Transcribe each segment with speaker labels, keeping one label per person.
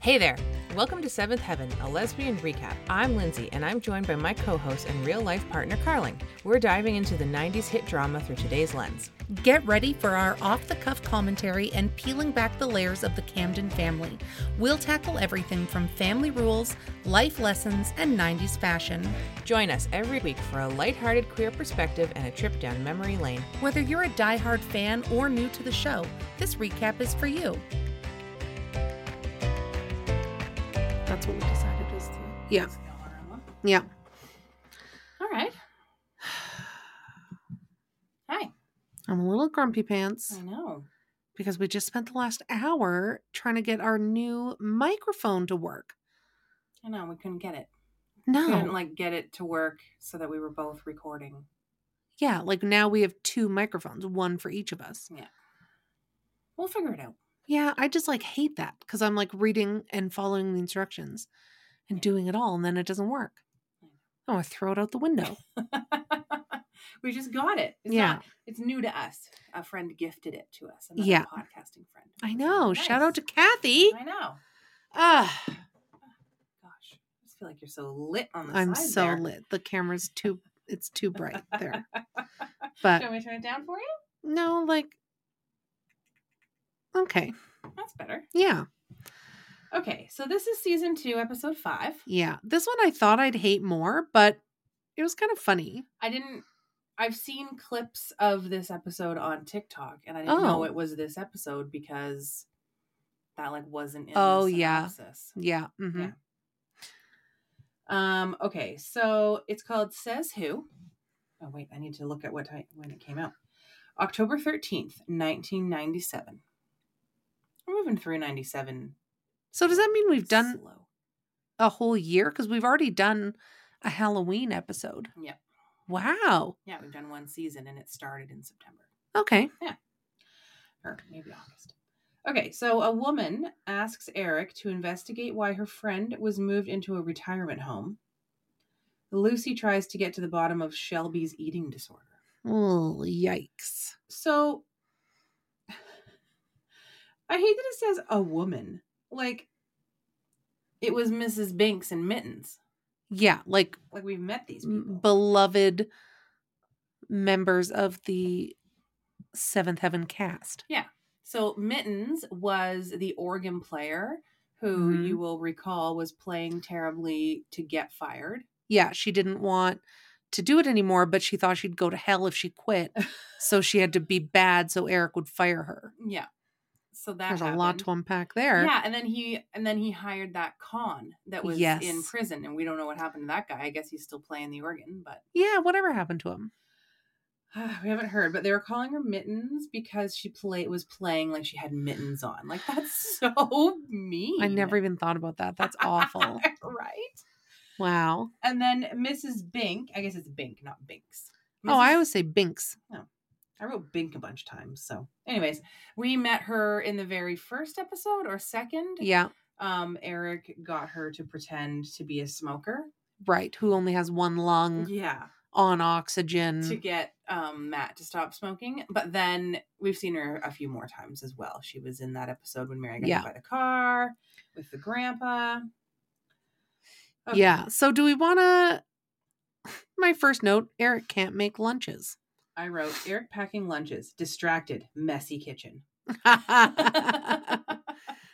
Speaker 1: Hey there. Welcome to Seventh Heaven, a lesbian recap. I'm Lindsay, and I'm joined by my co host and real life partner, Carling. We're diving into the 90s hit drama through today's lens.
Speaker 2: Get ready for our off the cuff commentary and peeling back the layers of the Camden family. We'll tackle everything from family rules, life lessons, and 90s fashion.
Speaker 1: Join us every week for a lighthearted queer perspective and a trip down memory lane.
Speaker 2: Whether you're a diehard fan or new to the show, this recap is for you.
Speaker 3: That's what we decided is the
Speaker 4: Yeah.
Speaker 3: is the Alarma.
Speaker 4: Yeah.
Speaker 3: All right. Hi.
Speaker 4: I'm a little grumpy pants
Speaker 3: I know.
Speaker 4: because we just spent the last hour trying to get our new microphone to work.
Speaker 3: I know we couldn't get it. We Couldn't
Speaker 4: No.
Speaker 3: like get it to work so that we were both recording.
Speaker 4: Yeah, like now we have two microphones, one for each of us.
Speaker 3: We'll figure it out.
Speaker 4: Yeah, I just like hate that because I'm like reading and following the instructions and doing it all and then it doesn't work. Oh, I throw it out the window.
Speaker 3: we just got it. It's
Speaker 4: Yeah.
Speaker 3: not- it's new to us. A friend gifted it to us. Another
Speaker 4: Yeah.
Speaker 3: Podcasting friend.
Speaker 4: I
Speaker 3: It was
Speaker 4: know.
Speaker 3: really
Speaker 4: Shout out to
Speaker 3: nice.
Speaker 4: Kathy.
Speaker 3: I know.
Speaker 4: Ah,
Speaker 3: Gosh, I just feel like you're so lit on the
Speaker 4: I'm
Speaker 3: side
Speaker 4: so
Speaker 3: there.
Speaker 4: lit. The camera's too it's too bright there. But-
Speaker 3: do we turn it down for you?
Speaker 4: No, like Okay.
Speaker 3: That's better.
Speaker 4: Yeah.
Speaker 3: Okay, so this is season two, episode five.
Speaker 4: Yeah. This one I thought I'd hate more, but it was kind of funny.
Speaker 3: I didn't. I've seen clips of this episode on TikTok, and I didn't know
Speaker 4: Oh.
Speaker 3: it was this episode because that like wasn't. In
Speaker 4: Oh,
Speaker 3: the
Speaker 4: yeah.
Speaker 3: synopsis.
Speaker 4: Yeah. hmm
Speaker 3: Yeah. Um. Okay, so it's called "Says Who." Oh wait, I need to look at what time when it came out. October thirteenth, nineteen ninety-seven. We're moving through ninety-seven.
Speaker 4: So does that mean we've done
Speaker 3: slow.
Speaker 4: a whole year? Because we've already done a Halloween episode.
Speaker 3: Yep.
Speaker 4: Wow.
Speaker 3: Yeah, we've done one season, and it started in September.
Speaker 4: Okay.
Speaker 3: or maybe August. Okay, so a woman asks Eric to investigate why her friend was moved into a retirement home. Lucy tries to get to the bottom of Shelby's eating disorder.
Speaker 4: Oh, yikes.
Speaker 3: So I hate that it says a woman. Like it was Mrs. Binks and Mittens.
Speaker 4: Yeah. Like
Speaker 3: Like we've met these people.
Speaker 4: m- beloved members of the Seventh Heaven cast.
Speaker 3: So Mittens was the organ player who
Speaker 4: Mhm.
Speaker 3: you will recall was playing terribly to get fired.
Speaker 4: Yeah. She didn't want to do it anymore, but she thought she'd go to hell if she quit. so she had to be bad so Eric would fire her.
Speaker 3: Yeah. So that
Speaker 4: There's a lot
Speaker 3: happened.
Speaker 4: to unpack there.
Speaker 3: Yeah, and then he and then he hired that con that was in
Speaker 4: Yes.
Speaker 3: prison, and we don't know what happened to that guy. I guess he's still playing the organ, but
Speaker 4: Yeah, whatever happened to him?
Speaker 3: we haven't heard. But they were calling her mittens because she play was playing like she had mittens on. Like that's so mean.
Speaker 4: I never even thought about that. That's awful.
Speaker 3: right?
Speaker 4: Wow.
Speaker 3: And then Mrs. Bink, I guess it's Bink, not Binks.
Speaker 4: Oh, I
Speaker 3: Mrs.
Speaker 4: always say Binks.
Speaker 3: I wrote Bink a bunch of times. So, anyways, we met her in the very first episode or second.
Speaker 4: Yeah,
Speaker 3: um, Eric got her to pretend to be a smoker.
Speaker 4: right. Who only has one lung
Speaker 3: Yeah.
Speaker 4: on
Speaker 3: To
Speaker 4: oxygen.
Speaker 3: get um, Matt to stop smoking. But then we've seen her a few more times as well. She was in that episode when Mary got
Speaker 4: Yeah.
Speaker 3: hit by the car with the grandpa. Okay.
Speaker 4: Yeah. So do we want to. My first note Eric can't make lunches.
Speaker 3: I wrote Eric packing lunches, distracted, messy kitchen.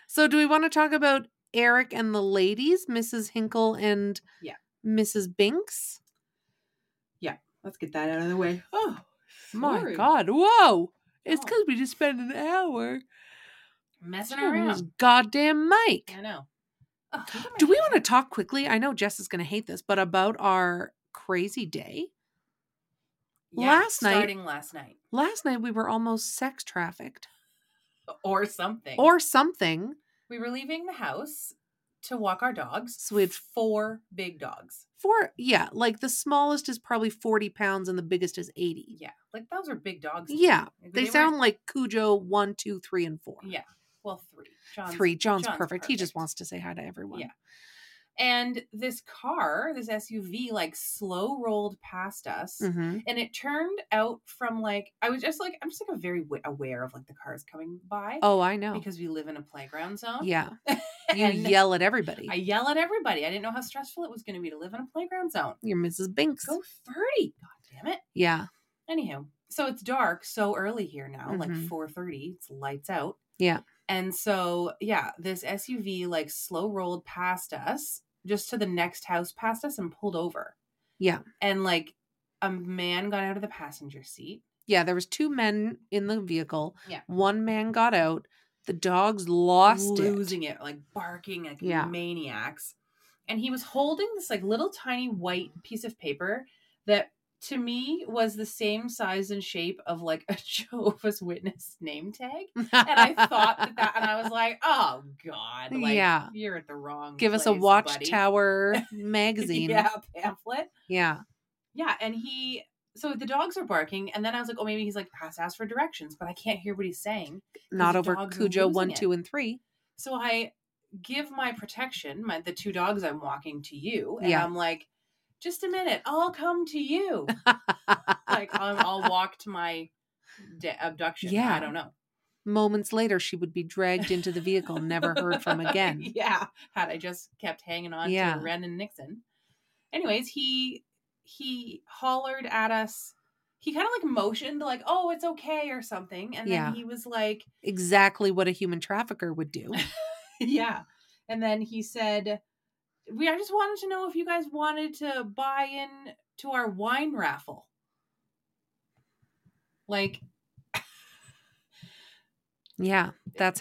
Speaker 4: so do we want to talk about Eric and the ladies, Mrs. Hinkle and
Speaker 3: Yeah.
Speaker 4: Mrs. Binks?
Speaker 3: Let's get that out of the way. Oh,
Speaker 4: My
Speaker 3: sorry.
Speaker 4: God. Whoa. It's
Speaker 3: Oh.
Speaker 4: because we just spent an hour
Speaker 3: Messing
Speaker 4: on this
Speaker 3: around.
Speaker 4: goddamn mic.
Speaker 3: I know. Oh, look at my
Speaker 4: Do we
Speaker 3: hair.
Speaker 4: want to talk quickly? I know Jess is going to hate this, but about our crazy day. last night-
Speaker 3: Starting last night.
Speaker 4: Last night we were almost sex trafficked.
Speaker 3: or something.
Speaker 4: or something.
Speaker 3: we were leaving the house to walk our dogs.
Speaker 4: So we had
Speaker 3: four big dogs.
Speaker 4: Four, yeah, like the smallest is probably 40 pounds and the biggest is 80.
Speaker 3: Yeah, like those are big dogs. to me.
Speaker 4: Yeah,
Speaker 3: Like,
Speaker 4: they
Speaker 3: were-
Speaker 4: sound like Cujo one, two, three, and four.
Speaker 3: Yeah, well, three. John's,
Speaker 4: three. John's,
Speaker 3: John's
Speaker 4: perfect. He just
Speaker 3: perfect.
Speaker 4: wants to say hi to everyone.
Speaker 3: Yeah. And this car, this SUV, like slow rolled past us.
Speaker 4: hmm
Speaker 3: And it turned out from like, I was just like, I'm just like a very w- aware of like the cars coming by.
Speaker 4: Oh, I know.
Speaker 3: Because we live in a playground zone.
Speaker 4: yeah, you
Speaker 3: And
Speaker 4: yell at everybody.
Speaker 3: I yell at everybody. I didn't know how stressful it was going to be to live in a playground zone.
Speaker 4: You're Mrs. Binks.
Speaker 3: Go 30. God damn it.
Speaker 4: Yeah,
Speaker 3: Anywho, so it's dark so early here now, like
Speaker 4: Mhm.
Speaker 3: 4:30. It's lights out.
Speaker 4: Yeah.
Speaker 3: And so, yeah, this SUV like slow rolled past us, just to the next house past us and pulled over.
Speaker 4: Yeah.
Speaker 3: And like a man got out of the passenger seat.
Speaker 4: yeah. There was two men in the vehicle.
Speaker 3: Yeah.
Speaker 4: One man got out. The dogs lost
Speaker 3: losing it. like barking like
Speaker 4: Yeah.
Speaker 3: maniacs. And he was holding this like little tiny white piece of paper that to me was the same size and shape of like a Jehovah's Witness name tag.
Speaker 4: it.
Speaker 3: and I thought that, that and I was like, oh god, like,
Speaker 4: Yeah.
Speaker 3: you're at the wrong.
Speaker 4: give us a
Speaker 3: place,
Speaker 4: Watchtower
Speaker 3: buddy."
Speaker 4: magazine.
Speaker 3: yeah, pamphlet.
Speaker 4: yeah.
Speaker 3: Yeah, and he. So the dogs are barking, and then I was like, "Oh, maybe he's like has to ask for directions," but I can't hear what he's saying.
Speaker 4: Not
Speaker 3: the
Speaker 4: over
Speaker 3: dogs are
Speaker 4: Cujo
Speaker 3: losing
Speaker 4: one,
Speaker 3: it.
Speaker 4: two, and three.
Speaker 3: So I give my protection, my the two dogs I'm walking to you, and
Speaker 4: Yeah.
Speaker 3: I'm like, "Just a minute, I'll come to you." like I'm, I'll walk to my de- abduction.
Speaker 4: Yeah.
Speaker 3: I don't know.
Speaker 4: Moments later, she would be dragged into the vehicle, never heard from again.
Speaker 3: yeah, had I just kept hanging on
Speaker 4: Yeah.
Speaker 3: to Ren and Nixon. Anyways, he he hollered at us. He kind of like motioned like, "Oh, it's okay" or something, and then
Speaker 4: Yeah.
Speaker 3: he was like,
Speaker 4: Exactly what a human trafficker would do.
Speaker 3: "Yeah," and then he said, "We I just wanted to know if you guys wanted to buy in to our wine raffle." Like
Speaker 4: Yeah, that's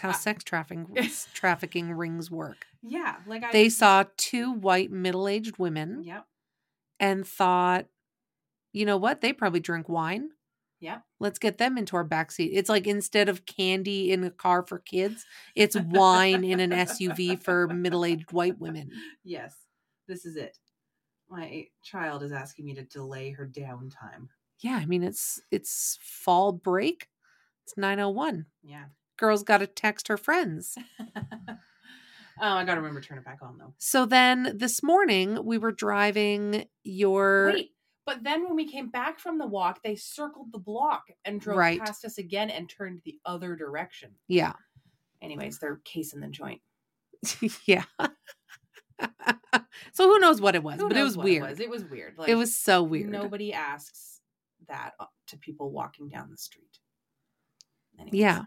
Speaker 4: how
Speaker 3: I-
Speaker 4: sex trafficking trafficking rings work.
Speaker 3: yeah, like I
Speaker 4: They saw two white middle-aged women
Speaker 3: Yep.
Speaker 4: and thought, you know what? They probably drink wine.
Speaker 3: Yep.
Speaker 4: Let's get them into our backseat. It's like instead of candy in a car for kids, it's wine in an SUV for middle-aged white women.
Speaker 3: Yes. This is it. My child is asking me to delay her downtime.
Speaker 4: Yeah, I mean it's it's fall break. It's 901.
Speaker 3: Yeah.
Speaker 4: Girl's got to text her friends.
Speaker 3: oh, I gotta remember to turn it back on though.
Speaker 4: So then this morning we were driving your
Speaker 3: Wait, but then when we came back from the walk, they circled the block and drove
Speaker 4: Right.
Speaker 3: past us again and turned the other direction.
Speaker 4: yeah.
Speaker 3: Anyways, they're casing the joint.
Speaker 4: yeah. so who knows what it was,
Speaker 3: Who
Speaker 4: but it
Speaker 3: knows
Speaker 4: was
Speaker 3: what
Speaker 4: weird.
Speaker 3: It was, It was weird. Like,
Speaker 4: so weird.
Speaker 3: Nobody asks that uh, to people walking down the street. Anyways.
Speaker 4: Yeah.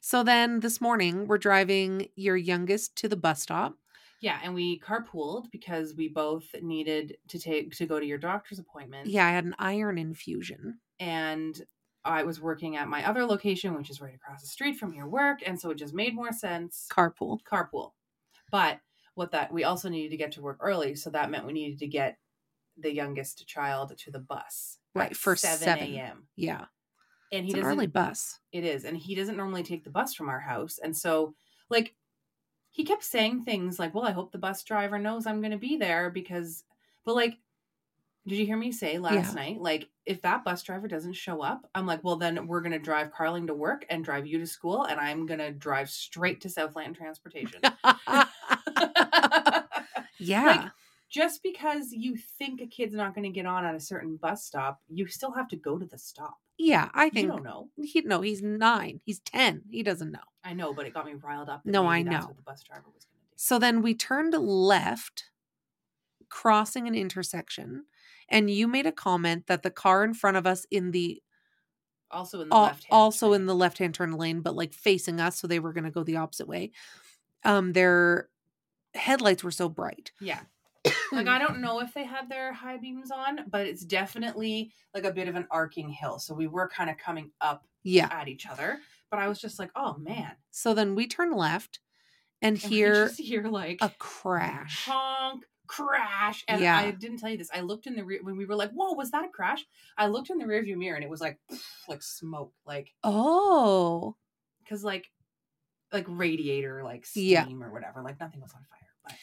Speaker 4: So then this morning we're driving your youngest to the bus stop.
Speaker 3: Yeah, and we carpooled because we both needed to take to go to your doctor's appointment.
Speaker 4: Yeah, I had an iron infusion.
Speaker 3: and I was working at my other location, which is right across the street from your work, and so it just made more sense
Speaker 4: Carpool.
Speaker 3: carpool. But what that we also needed to get to work early, so that meant we needed to get the youngest child to the bus at
Speaker 4: Right, for 7.
Speaker 3: a.m.
Speaker 4: Yeah.
Speaker 3: And he
Speaker 4: It's an
Speaker 3: doesn't.
Speaker 4: early bus.
Speaker 3: It is, and he doesn't normally take the bus from our house, and so like he kept saying things like, "Well, I hope the bus driver knows I'm going to be there because," but like. Did you hear me say last night? Like, if that bus driver doesn't show up, I'm like, well, then we're gonna drive Carling to work and drive you to school, and I'm gonna drive straight to Southland Transportation.
Speaker 4: yeah.
Speaker 3: just because you think a kid's not going to get on at a certain bus stop, you still have to go to the stop.
Speaker 4: yeah, I
Speaker 3: You
Speaker 4: think
Speaker 3: don't know.
Speaker 4: he no, he's 9. He's 10. He doesn't know.
Speaker 3: I know, but it got me riled up. that
Speaker 4: No,
Speaker 3: maybe
Speaker 4: I
Speaker 3: that's
Speaker 4: know.
Speaker 3: What the bus driver was going to
Speaker 4: So then we turned left, crossing an intersection, and you made a comment that the car in front of us in the,
Speaker 3: do. Also in the
Speaker 4: al-
Speaker 3: left.
Speaker 4: also in the left-hand turn lane, but like facing us, so they were going to go the opposite way. Um, their headlights were so bright.
Speaker 3: yeah. Like I don't know if they had their high beams on, but it's definitely like a bit of an arcing hill. So we were kind of coming up
Speaker 4: Yeah.
Speaker 3: at each other. But I was just like, oh man.
Speaker 4: So then we turn left, and
Speaker 3: And we
Speaker 4: hear
Speaker 3: just hear like
Speaker 4: a crash.
Speaker 3: honk crash and
Speaker 4: Yeah.
Speaker 3: i didn't tell you this i looked in the rear when we were like whoa was that a crash i looked in the rearview mirror and it was like like smoke like
Speaker 4: Oh,
Speaker 3: because like like radiator like steam
Speaker 4: Yeah.
Speaker 3: or whatever. Like nothing was on fire, but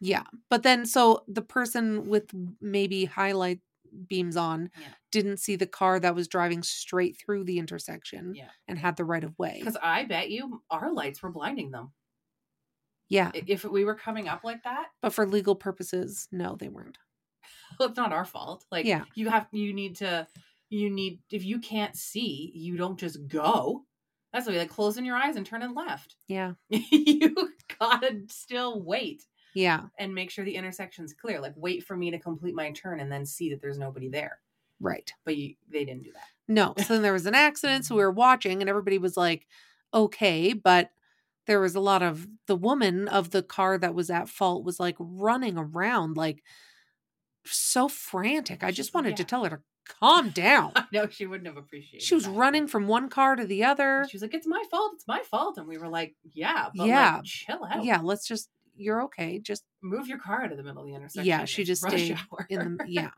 Speaker 4: Yeah. But then so the person with maybe highlight beams on
Speaker 3: Yeah.
Speaker 4: didn't see the car that was driving straight through the intersection
Speaker 3: Yeah.
Speaker 4: and had the right of way.
Speaker 3: because I bet you our lights were blinding them.
Speaker 4: Yeah.
Speaker 3: I- If we were coming up like that,
Speaker 4: But for legal purposes, no, they weren't.
Speaker 3: it's not our fault. Like
Speaker 4: Yeah.
Speaker 3: you have you need to you need if you can't see, you don't just go. That's the way like closing your eyes and turning left.
Speaker 4: Yeah.
Speaker 3: you gotta still wait
Speaker 4: Yeah.
Speaker 3: and make sure the intersection's clear. Like wait for me to complete my turn and then see that there's nobody there.
Speaker 4: Right.
Speaker 3: But you, they didn't do that.
Speaker 4: No. So then there was an accident. So we were watching and everybody was like, okay. But there was a lot of the woman of the car that was at fault was like running around, like so frantic. I just wanted to
Speaker 3: Yeah.
Speaker 4: tell her to calm down.
Speaker 3: I know she wouldn't have appreciated.
Speaker 4: she was
Speaker 3: that.
Speaker 4: running from one car to the other.
Speaker 3: She was like, "It's my fault. It's my fault," and we were like, "Yeah, but
Speaker 4: Yeah.
Speaker 3: like, "Oh." chill out.
Speaker 4: Yeah. Let's just, you're okay. Just
Speaker 3: move your car out of the middle of the intersection."
Speaker 4: she
Speaker 3: It's
Speaker 4: just
Speaker 3: rush
Speaker 4: stayed
Speaker 3: hour.
Speaker 4: in the, yeah.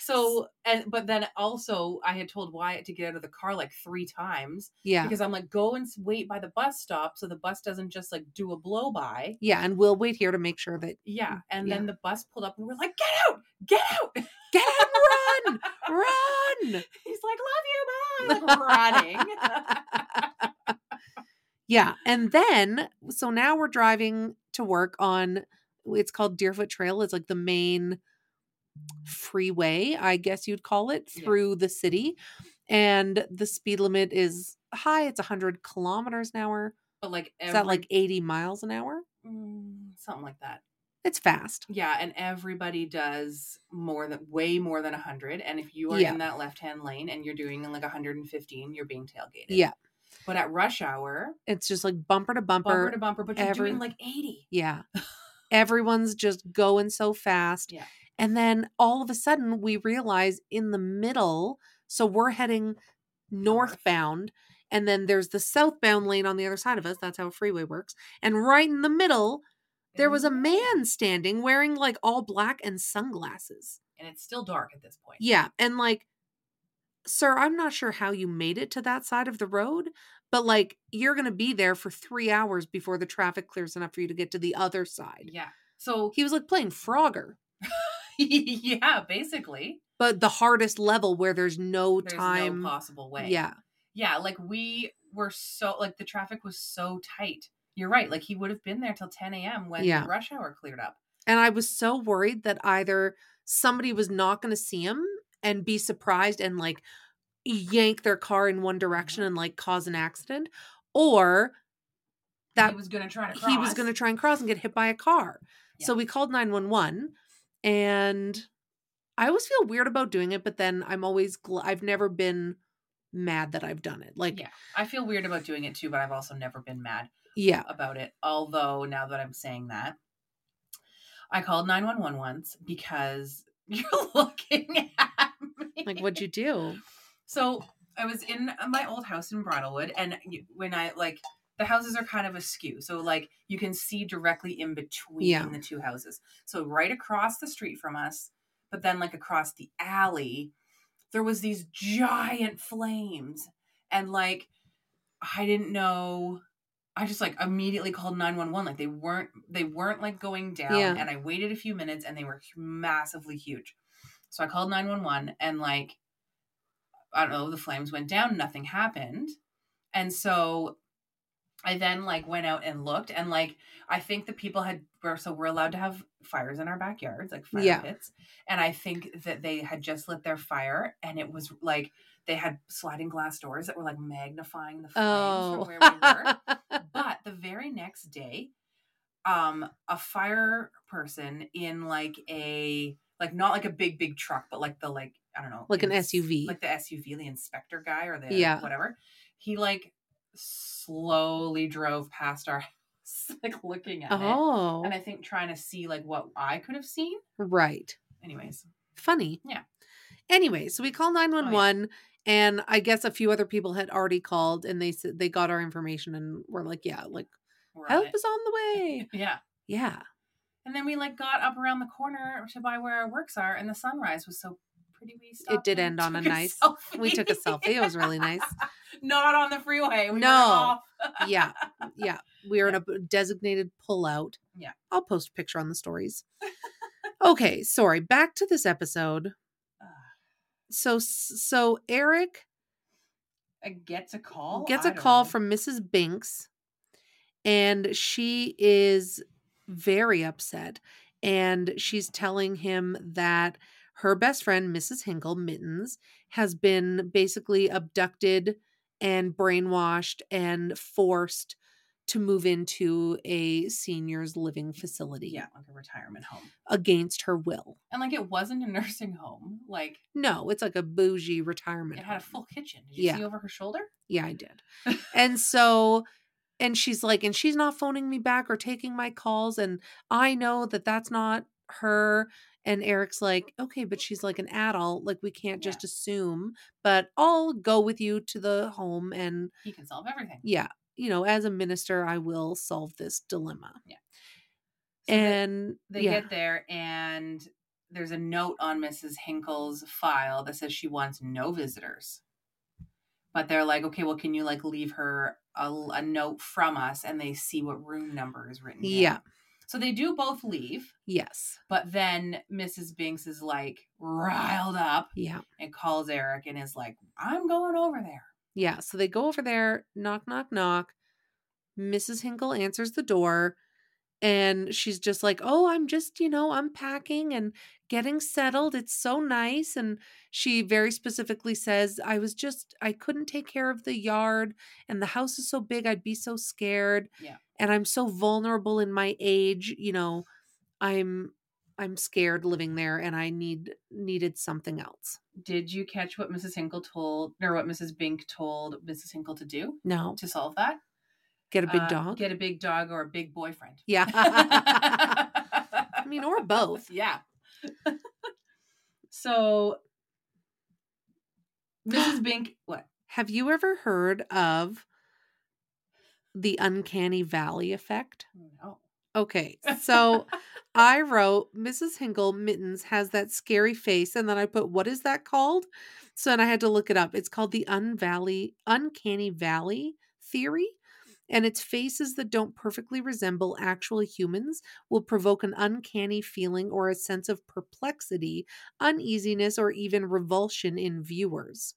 Speaker 3: So, and but then also, I had told Wyatt to get out of the car like three times
Speaker 4: Yeah.
Speaker 3: because I'm like, go and s- wait by the bus stop so the bus doesn't just like do a blow by.
Speaker 4: Yeah. And we'll wait here to make sure that
Speaker 3: Yeah, and
Speaker 4: Mm, Yeah.
Speaker 3: then the bus pulled up and we are like, get out, get out,
Speaker 4: get out and run, run.
Speaker 3: He's like, love you, bye, like running.
Speaker 4: Yeah. And then, so now we're driving to work on, it's called Deerfoot Trail. It's like the main freeway, I guess you'd call it,
Speaker 3: Yeah.
Speaker 4: through the city. And the speed limit is high. It's 100 kilometers an hour.
Speaker 3: but like, every,
Speaker 4: Is that like 80 miles an hour?
Speaker 3: Mm, something like that?
Speaker 4: It's fast.
Speaker 3: Yeah, and everybody does more than way more than 100. And if you are
Speaker 4: Yeah.
Speaker 3: in that left hand lane and you're doing like 115, you're being tailgated.
Speaker 4: Yeah.
Speaker 3: But at rush hour,
Speaker 4: It's just like bumper to bumper.
Speaker 3: bumper to bumper, but you're
Speaker 4: every-
Speaker 3: doing like 80.
Speaker 4: Yeah. Everyone's just going so fast.
Speaker 3: Yeah.
Speaker 4: And then all of a sudden we realize in the middle, so we're heading northbound and then there's the southbound lane on the other side of us. That's how a freeway works. And right in the middle, there was a
Speaker 3: Mm-hmm.
Speaker 4: man standing wearing like all black and sunglasses.
Speaker 3: And it's still dark at this point.
Speaker 4: Yeah. And like, sir, I'm not sure how you made it to that side of the road, but like, you're going to be there for three hours before the traffic clears enough for you to get to the other side.
Speaker 3: Yeah. So,
Speaker 4: He was like playing Frogger,
Speaker 3: yeah, basically,
Speaker 4: but the hardest level where there's no
Speaker 3: there's
Speaker 4: time.
Speaker 3: no possible way.
Speaker 4: Yeah.
Speaker 3: Yeah. Like we were so, like the traffic was so tight. You're right. Like he would have been there till 10 a.m. when
Speaker 4: Yeah.
Speaker 3: the rush hour cleared up.
Speaker 4: And I was so worried that either somebody was not going to see him and be surprised and like yank their car in one direction and like cause an accident, or that
Speaker 3: he was going to try to cross.
Speaker 4: he was going to try and cross and get hit by a car. So
Speaker 3: Yeah.
Speaker 4: we called 911 and I always feel weird about doing it, but then I'm always, gl- I've never been mad that I've done it. Like, yeah.
Speaker 3: Yeah. I feel weird about doing it too, but I've also never been mad.
Speaker 4: Yeah.
Speaker 3: about it. Although now that I'm saying that, I called 911 once because you're looking at me.
Speaker 4: Like, what'd you do?
Speaker 3: So I was in my old house in Brattlwood, and you- when I like the houses are kind of askew, so like you can see directly in between
Speaker 4: Yeah.
Speaker 3: the two houses. So right across the street from us, but then like across the alley, there was these giant flames, and like I didn't know. I just like immediately called nine one one. Like they weren't they weren't like going down,
Speaker 4: Yeah.
Speaker 3: and I waited a few minutes, and they were massively huge. So I called nine one one, and like I don't know, the flames went down, nothing happened. And so I then like went out and looked and like I think the people had were so we're allowed to have fires in our backyards, like fire
Speaker 4: Yeah.
Speaker 3: pits. And I think that they had just lit their fire and it was like they had sliding glass doors that were like magnifying the flames
Speaker 4: Oh.
Speaker 3: from where we were but the very next day um a fire person in like a like not like a big big truck but like the like i don't know
Speaker 4: Like an SUV.
Speaker 3: like the suv the inspector guy or the
Speaker 4: Yeah.
Speaker 3: whatever he like slowly drove past our house like looking at
Speaker 4: oh.
Speaker 3: it and i think trying to see like what i could have seen
Speaker 4: right.
Speaker 3: anyways
Speaker 4: Funny.
Speaker 3: Yeah.
Speaker 4: Anyway, so we call 911 and I guess a few other people had already called and they said they got our information and were like, yeah, like
Speaker 3: we're on
Speaker 4: help
Speaker 3: it.
Speaker 4: is on the way.
Speaker 3: yeah
Speaker 4: yeah.
Speaker 3: and then we like got up around the corner to by where our works are and the sunrise was so pretty pretty we stopped
Speaker 4: did
Speaker 3: and
Speaker 4: end on a
Speaker 3: took
Speaker 4: nice- We took a selfie. It was really nice.
Speaker 3: Not on the freeway. We
Speaker 4: No.
Speaker 3: were off.
Speaker 4: Yeah. Yeah. We are in a b- designated pullout.
Speaker 3: Yeah.
Speaker 4: I'll post a picture on the stories. okay. Sorry. Back to this episode.
Speaker 3: Ugh.
Speaker 4: So, so Eric
Speaker 3: It gets a call.
Speaker 4: gets
Speaker 3: a
Speaker 4: a call from Mrs. Binks, and she is very upset. And she's telling him that her best friend, Mrs. Hinkle Mittens, has been basically abducted and brainwashed and forced to move into a seniors living facility
Speaker 3: yeah, like a retirement home,
Speaker 4: against her will.
Speaker 3: and like it wasn't a nursing home. Like
Speaker 4: No, it's like a bougie retirement.
Speaker 3: it had a
Speaker 4: home.
Speaker 3: full kitchen. Did you
Speaker 4: Yeah.
Speaker 3: see over her shoulder?
Speaker 4: Yeah, I did. and so, and she's like, and she's not phoning me back or taking my calls. And I know that that's not her. And Eric's like, okay, but she's like an adult. Like, we can't just assume, but I'll go with you to the home. And
Speaker 3: He can solve everything.
Speaker 4: yeah, you know, as a minister, I will solve this dilemma.
Speaker 3: So they-
Speaker 4: and
Speaker 3: they
Speaker 4: yeah,
Speaker 3: get there, and there's a note on Mrs. Hinkle's file that says she wants no visitors. But they're like, okay, well, can you like leave her a, a note from us? And they see what room number is written. down.
Speaker 4: yeah,
Speaker 3: So they do both leave,
Speaker 4: yes,
Speaker 3: but then Mrs. Binks is like riled up
Speaker 4: yeah,
Speaker 3: and calls Eric and is like, I'm going over there.
Speaker 4: yeah. So they go over there, knock, knock, knock. Mrs. Hinkle answers the door and she's just like, "Oh, I'm just, you know, unpacking and getting settled. It's so nice." And she very specifically says, "I was just I couldn't take care of the yard and the house is so big, I'd be so scared."
Speaker 3: Yeah.
Speaker 4: And I'm so vulnerable in my age, you know, I'm I'm scared living there and I need needed something else.
Speaker 3: Did you catch what Mrs. Hinkle told, or what Mrs. Bink told Mrs. Hinkle to do
Speaker 4: No.
Speaker 3: to solve that?
Speaker 4: Get a big
Speaker 3: Uh,
Speaker 4: dog.
Speaker 3: Get a big dog or a big boyfriend.
Speaker 4: yeah.
Speaker 3: I
Speaker 4: mean, or both.
Speaker 3: Yeah. so, Mrs. Bink, what?
Speaker 4: Have you ever heard of the uncanny valley effect?
Speaker 3: No.
Speaker 4: Okay, so I wrote Mrs. Hinkle Mittens has that scary face, and then I put what is that called? So and I had to look it up. It's called the unvalley uncanny valley theory, and its faces that don't perfectly resemble actual humans will provoke an uncanny feeling or a sense of perplexity, uneasiness, or even revulsion in viewers.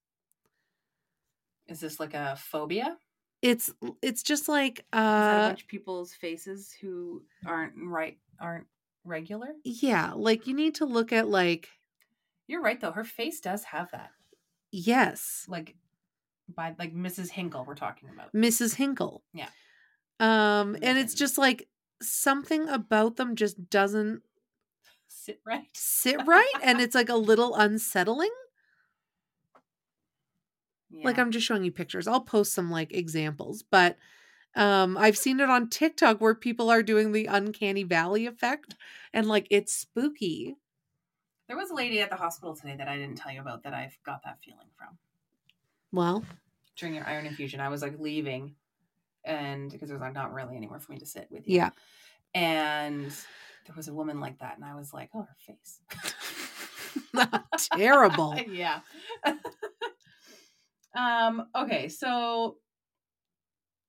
Speaker 3: Is this like a phobia?
Speaker 4: It's it's just like
Speaker 3: Is that a
Speaker 4: uh
Speaker 3: bunch of people's faces who aren't right, aren't regular?
Speaker 4: yeah, like you need to look at like
Speaker 3: You're right though. Her face does have that.
Speaker 4: yes.
Speaker 3: Like by like Mrs. Hinkle we're talking about.
Speaker 4: Mrs. Hinkle.
Speaker 3: Yeah.
Speaker 4: Um, and it's
Speaker 3: Amazing.
Speaker 4: just like something about them just doesn't
Speaker 3: Sit right.
Speaker 4: sit right, and it's like a little unsettling. Like um
Speaker 3: Yeah.
Speaker 4: I'm just showing you pictures. I'll post some like examples, but um, I've seen it on TikTok where people are doing the uncanny valley effect, and like it's spooky.
Speaker 3: There was a lady at the hospital today that I didn't tell you about that I've got that feeling from.
Speaker 4: Well,
Speaker 3: During your iron infusion, I was like leaving and because there's like not really anywhere for me to sit with you.
Speaker 4: yeah,
Speaker 3: And there was a woman like that and I was like, "Oh, her face."
Speaker 4: terrible.
Speaker 3: yeah. um. Okay. So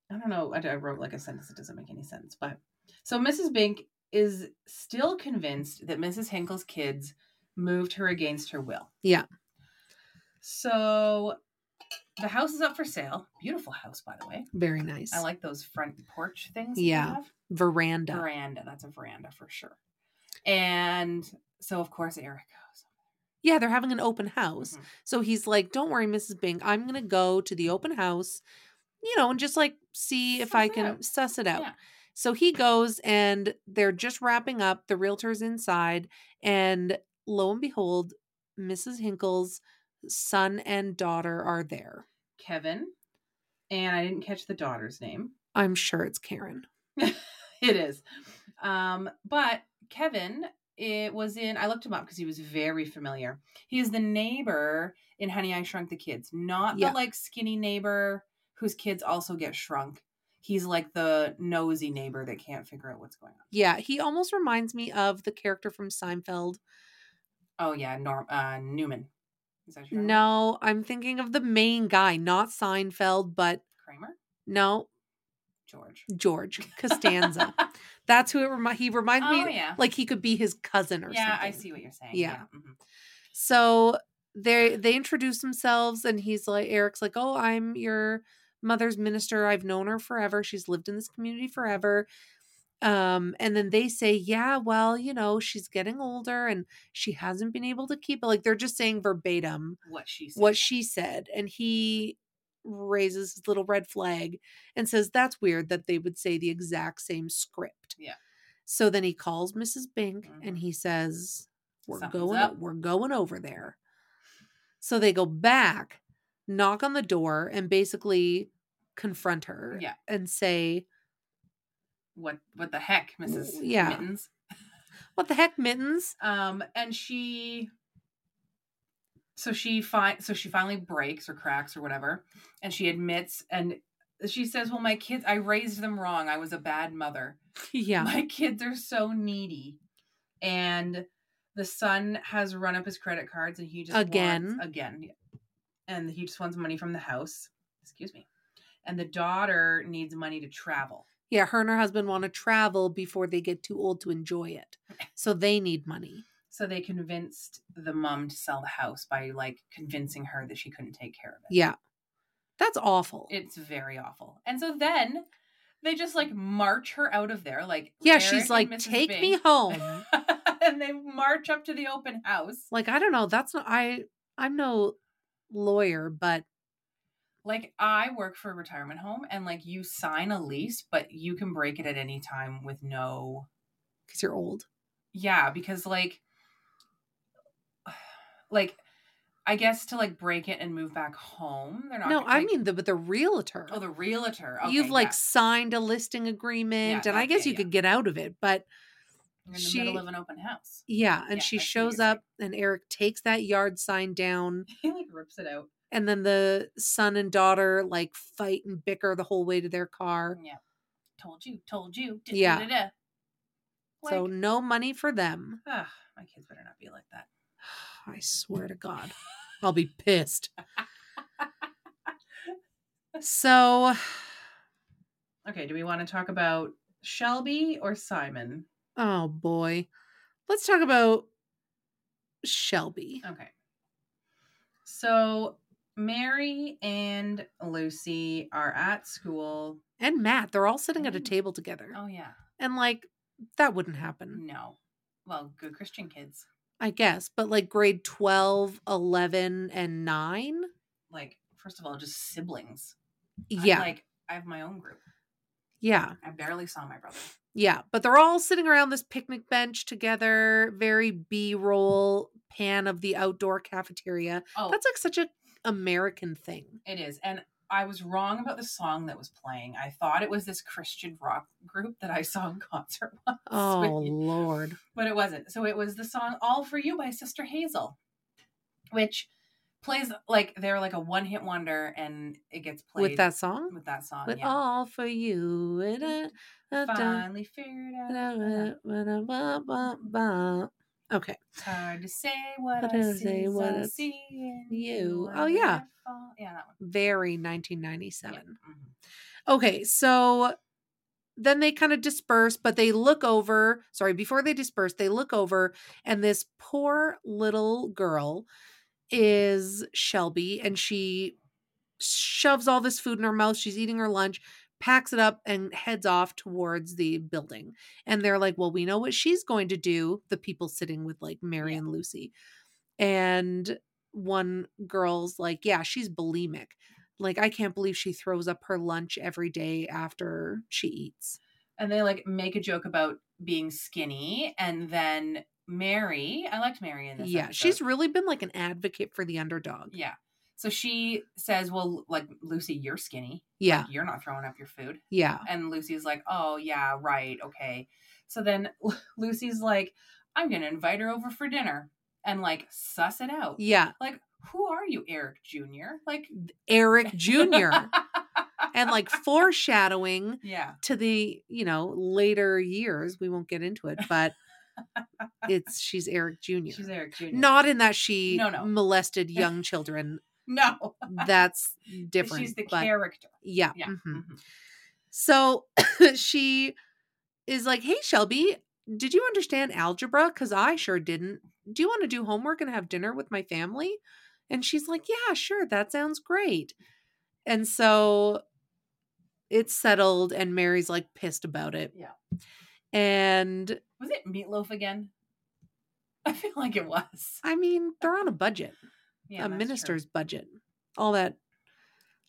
Speaker 3: I don't know. I, I wrote like a sentence that doesn't make any sense, but so Mrs. Bink is still convinced that Mrs. Hinkle's kids moved her against her will.
Speaker 4: Yeah.
Speaker 3: So the house is up for sale. Beautiful house, by the way.
Speaker 4: Very nice.
Speaker 3: I like those front porch things. that they
Speaker 4: Yeah.
Speaker 3: have.
Speaker 4: veranda.
Speaker 3: Veranda. That's a veranda for sure. And so, of course, Eric goes.
Speaker 4: Yeah, they're having an open house.
Speaker 3: Mhm.
Speaker 4: So he's like, "Don't worry, Mrs. Bink. I'm gonna go to the open house, you know, and just like see if I
Speaker 3: Suss it
Speaker 4: can
Speaker 3: out.
Speaker 4: suss it out."
Speaker 3: Yeah.
Speaker 4: So he goes, and they're just wrapping up. The realtor's inside, and lo and behold, Mrs. Hinkle's son and daughter are there.
Speaker 3: Kevin, and I didn't catch the daughter's name.
Speaker 4: I'm sure it's Karen.
Speaker 3: It is. Um, but Kevin, it was in, I looked him up because he was very familiar. He is the neighbor in Honey, I Shrunk the Kids, not
Speaker 4: Yeah.
Speaker 3: the like skinny neighbor whose kids also get shrunk. He's like the nosy neighbor that can't figure out what's going on.
Speaker 4: Yeah, he almost reminds me of the character from Seinfeld.
Speaker 3: Oh, yeah, Norm, uh, Newman. Is that your
Speaker 4: No, I'm thinking of the main guy, not Seinfeld, but
Speaker 3: Kramer?
Speaker 4: no,
Speaker 3: George.
Speaker 4: George Costanza. That's who it remi- he reminded
Speaker 3: oh,
Speaker 4: me
Speaker 3: yeah.
Speaker 4: like he could be his cousin or
Speaker 3: yeah,
Speaker 4: something.
Speaker 3: I see what you're saying.
Speaker 4: Yeah.
Speaker 3: mhm.
Speaker 4: So they they introduce themselves and he's like Eric's like, "Oh, I'm your mother's minister. I've known her forever. She's lived in this community forever." Um and then they say, "Yeah, well, you know, she's getting older and she hasn't been able to keep it." Like they're just saying verbatim
Speaker 3: What she said.
Speaker 4: what she said and he raises his little red flag and says that's weird that they would say the exact same script
Speaker 3: Yeah.
Speaker 4: so then he calls mrs bink and
Speaker 3: Mhm.
Speaker 4: he says we're
Speaker 3: Something's
Speaker 4: going
Speaker 3: up."
Speaker 4: we're going over there so they go back knock on the door and basically confront her
Speaker 3: Yeah.
Speaker 4: and say
Speaker 3: what what the heck, Mrs.
Speaker 4: yeah.
Speaker 3: Mittens?
Speaker 4: what the heck mittens
Speaker 3: Um, and she so she fi- so she finally breaks or cracks or whatever, and she admits and she says, Well, my kids I raised them wrong. I was a bad mother.
Speaker 4: yeah
Speaker 3: My kids are so needy. And the son has run up his credit cards and he just wants-
Speaker 4: Again.
Speaker 3: again. yeah. And he just wants money from the house. Excuse me. And the daughter needs money to travel.
Speaker 4: yeah her and her husband want to travel before they get too old to enjoy it so they need money
Speaker 3: So they convinced the mom to sell the house by like convincing her that she couldn't take care of it.
Speaker 4: yeah that's awful
Speaker 3: It's very awful. And so then they just like march her out of there. Like
Speaker 4: Yeah,
Speaker 3: Eric
Speaker 4: she's
Speaker 3: and
Speaker 4: like,
Speaker 3: Mrs.
Speaker 4: take me
Speaker 3: Bing,"
Speaker 4: home.
Speaker 3: and they march up to the open house.
Speaker 4: like, I don't know. That's not I. I'm no lawyer, but
Speaker 3: Like I work for a retirement home, and like you sign a lease, but you can break it at any time with no.
Speaker 4: because you're old.
Speaker 3: Yeah, because like, like, I guess to like break it and move back home, they're not.
Speaker 4: No,
Speaker 3: gonna,
Speaker 4: I
Speaker 3: like-
Speaker 4: mean the the realtor.
Speaker 3: Oh, the realtor.
Speaker 4: You've
Speaker 3: Okay,
Speaker 4: like
Speaker 3: yeah.
Speaker 4: signed a listing agreement, and I
Speaker 3: that-
Speaker 4: guess
Speaker 3: yeah,
Speaker 4: you
Speaker 3: yeah.
Speaker 4: could get out of it, but
Speaker 3: You're in the
Speaker 4: she-
Speaker 3: middle of an open house.
Speaker 4: yeah. And
Speaker 3: Yeah, I see
Speaker 4: she
Speaker 3: what you're
Speaker 4: shows
Speaker 3: saying.
Speaker 4: up, and Eric takes that yard sign down,
Speaker 3: He like rips it out.
Speaker 4: and then the son and daughter like fight and bicker the whole way to their car.
Speaker 3: Yeah. Told you. Told you.
Speaker 4: Yeah.
Speaker 3: da-da-da-da. Oh, Like,
Speaker 4: so no money for them.
Speaker 3: ugh, my kids better not be like that.
Speaker 4: I swear to God, I'll be pissed. So
Speaker 3: Okay. Do we want to talk about Shelby or Simon?
Speaker 4: Oh boy. Let's talk about Shelby.
Speaker 3: Okay. So Mary and Lucy are at school.
Speaker 4: And Matt, they're all sitting at a
Speaker 3: Mm.
Speaker 4: table together.
Speaker 3: Oh Mm. yeah.
Speaker 4: And like that wouldn't happen,
Speaker 3: No. Well, good Christian kids.
Speaker 4: I guess, but like grade 12, 11 and 9?
Speaker 3: Like, first of all, just siblings. I'm
Speaker 4: Yeah.
Speaker 3: like I have my own group.
Speaker 4: yeah.
Speaker 3: I barely saw my brother.
Speaker 4: Yeah, but they're all sitting around this picnic bench together, very B-roll pan of the outdoor cafeteria.
Speaker 3: Oh,
Speaker 4: That's like such a American thing.
Speaker 3: It is. And I was wrong about the song that was playing. I thought it was this Christian rock group that I saw in concert once.
Speaker 4: Oh
Speaker 3: with-
Speaker 4: lord.
Speaker 3: But it wasn't. So it was the song All For You by Sister Hazel, which plays like they're like a one hit wonder and it gets played
Speaker 4: With that song?
Speaker 3: with that song.
Speaker 4: With
Speaker 3: yeah.
Speaker 4: all for you. and I- I don't-
Speaker 3: Finally figured out. that
Speaker 4: Okay.
Speaker 3: It's hard to say what
Speaker 4: What
Speaker 3: I,
Speaker 4: I
Speaker 3: see,
Speaker 4: say,
Speaker 3: so
Speaker 4: what
Speaker 3: I
Speaker 4: I
Speaker 3: see in
Speaker 4: you.
Speaker 3: and
Speaker 4: Oh, yeah.
Speaker 3: I fall- Yeah, that one.
Speaker 4: Very
Speaker 3: Yeah.
Speaker 4: 1997.
Speaker 3: mhm.
Speaker 4: Okay. So then they kind of disperse, but they look over. Sorry, before they disperse, they look over, and this poor little girl is Shelby, and she shoves all this food in her mouth. She's eating her lunch, packs it up, and heads off towards the building. And they're like, Well, we know what she's going to do. The people sitting with like Mary
Speaker 3: Yeah.
Speaker 4: and Lucy. And one girl's like, Yeah, she's bulimic. Like, I can't believe she throws up her lunch every day after she eats.
Speaker 3: and they like make a joke about being skinny and then mary i liked mary in this
Speaker 4: Yeah,
Speaker 3: episode.
Speaker 4: she's really been like an advocate for the underdog.
Speaker 3: yeah so she says well like lucy you're skinny
Speaker 4: Yeah,
Speaker 3: you're not throwing up your food
Speaker 4: yeah.
Speaker 3: and lucy's like oh yeah right okay so then lucy's like i'm gonna invite her over for dinner and like suss it out
Speaker 4: Yeah,
Speaker 3: like who are you eric junior like
Speaker 4: Eric Jr. and like foreshadowing
Speaker 3: yeah
Speaker 4: to the, you know, later years. We won't get into it, but It's she's Eric Jr.
Speaker 3: She's Eric Jr.
Speaker 4: Not in that she
Speaker 3: No, no.
Speaker 4: molested young children.
Speaker 3: no.
Speaker 4: That's different.
Speaker 3: She's the
Speaker 4: but
Speaker 3: character.
Speaker 4: yeah.
Speaker 3: Yeah.
Speaker 4: mhm.
Speaker 3: mhm.
Speaker 4: So she is like, "Hey Shelby, did you understand algebra? Cuz I sure didn't. Do you want to do homework and have dinner with my family?" And she's like, "Yeah, sure. That sounds great." And so it's settled and Mary's like pissed about it.
Speaker 3: Yeah.
Speaker 4: And
Speaker 3: Was it Meatloaf again? I feel like it was.
Speaker 4: I mean, they're on a budget,
Speaker 3: Yeah, that's
Speaker 4: a
Speaker 3: true.
Speaker 4: minister's budget. All that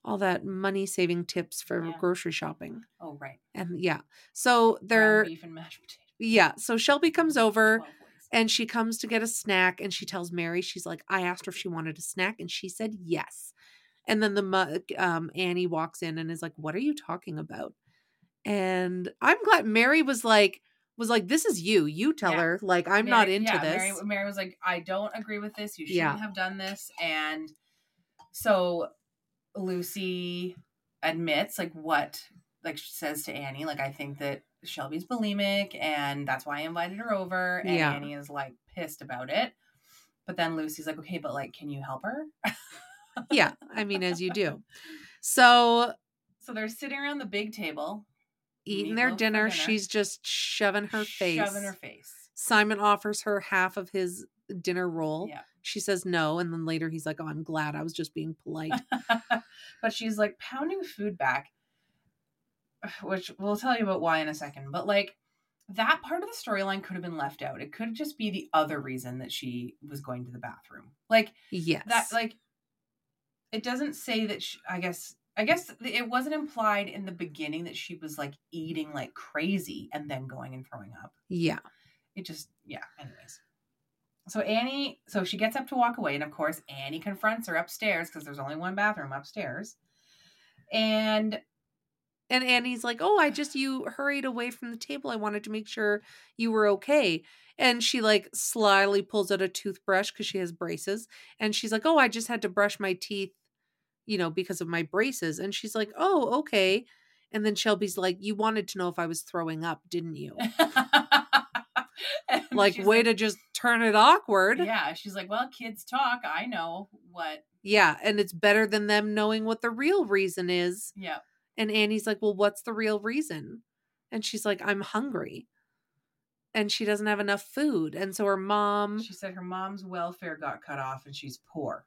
Speaker 4: all that money saving tips for
Speaker 3: Yeah.
Speaker 4: grocery shopping.
Speaker 3: Oh right.
Speaker 4: And yeah. So
Speaker 3: They're
Speaker 4: they're
Speaker 3: beef and mashed potatoes.
Speaker 4: yeah, so Shelby comes over
Speaker 3: 12 ways.
Speaker 4: and she comes to get a snack and she tells Mary she's like I asked her if she wanted a snack and she said yes. And then the mu- um Annie walks in and is like what are you talking about? And I'm glad Mary was like was like this is you. You tell
Speaker 3: Yeah.
Speaker 4: her like I'm not
Speaker 3: Mary-
Speaker 4: into
Speaker 3: yeah,
Speaker 4: this.
Speaker 3: Mary, Mary was like, I don't agree with this. You shouldn't
Speaker 4: Yeah.
Speaker 3: have done this. And so Lucy admits, like, what, like, she says to Annie, like, I think that Shelby's bulimic and that's why I invited her over. And
Speaker 4: Yeah.
Speaker 3: Annie is like pissed about it. But then Lucy's like, okay, but like, can you help her?
Speaker 4: yeah, I mean as you do. So
Speaker 3: So they're sitting around the big table,
Speaker 4: eating their
Speaker 3: Meatloaf for
Speaker 4: dinner,
Speaker 3: dinner.
Speaker 4: she's just shoving her face.
Speaker 3: shoving her face.
Speaker 4: Simon offers her half of his dinner roll.
Speaker 3: Yeah.
Speaker 4: She says no, and then later he's like, "Oh, I'm glad I was just being polite."
Speaker 3: but she's like pounding food back, which we'll tell you about why in a second. But like that part of the storyline could have been left out. It could just be the other reason that she was going to the bathroom. Like
Speaker 4: yes,
Speaker 3: that, like it doesn't say that. She, I guess. I guess th- it wasn't implied in the beginning that she was like eating like crazy and then going and throwing up
Speaker 4: yeah,
Speaker 3: it just yeah anyways so annie so she gets up to walk away and of course annie confronts her upstairs because there's only one bathroom upstairs and
Speaker 4: and Annie's like, "Oh, I just you hurried away from the table. I wanted to make sure you were okay." And she like slyly pulls out a toothbrush because she has braces, and she's like, "Oh, I just had to brush my teeth, you know, because of my braces." And she's like, "Oh, okay." And then Shelby's like, "You wanted to know if I was throwing up, didn't you?"
Speaker 3: and
Speaker 4: like
Speaker 3: she's
Speaker 4: way to just turn it awkward yeah.
Speaker 3: yeah she's like well kids talk i know what
Speaker 4: and it's better than them knowing what the real reason is
Speaker 3: yeah
Speaker 4: and annie's like well what's the real reason and she's like i'm hungry and she doesn't have enough food and so her mom
Speaker 3: she said her mom's welfare got cut off and she's poor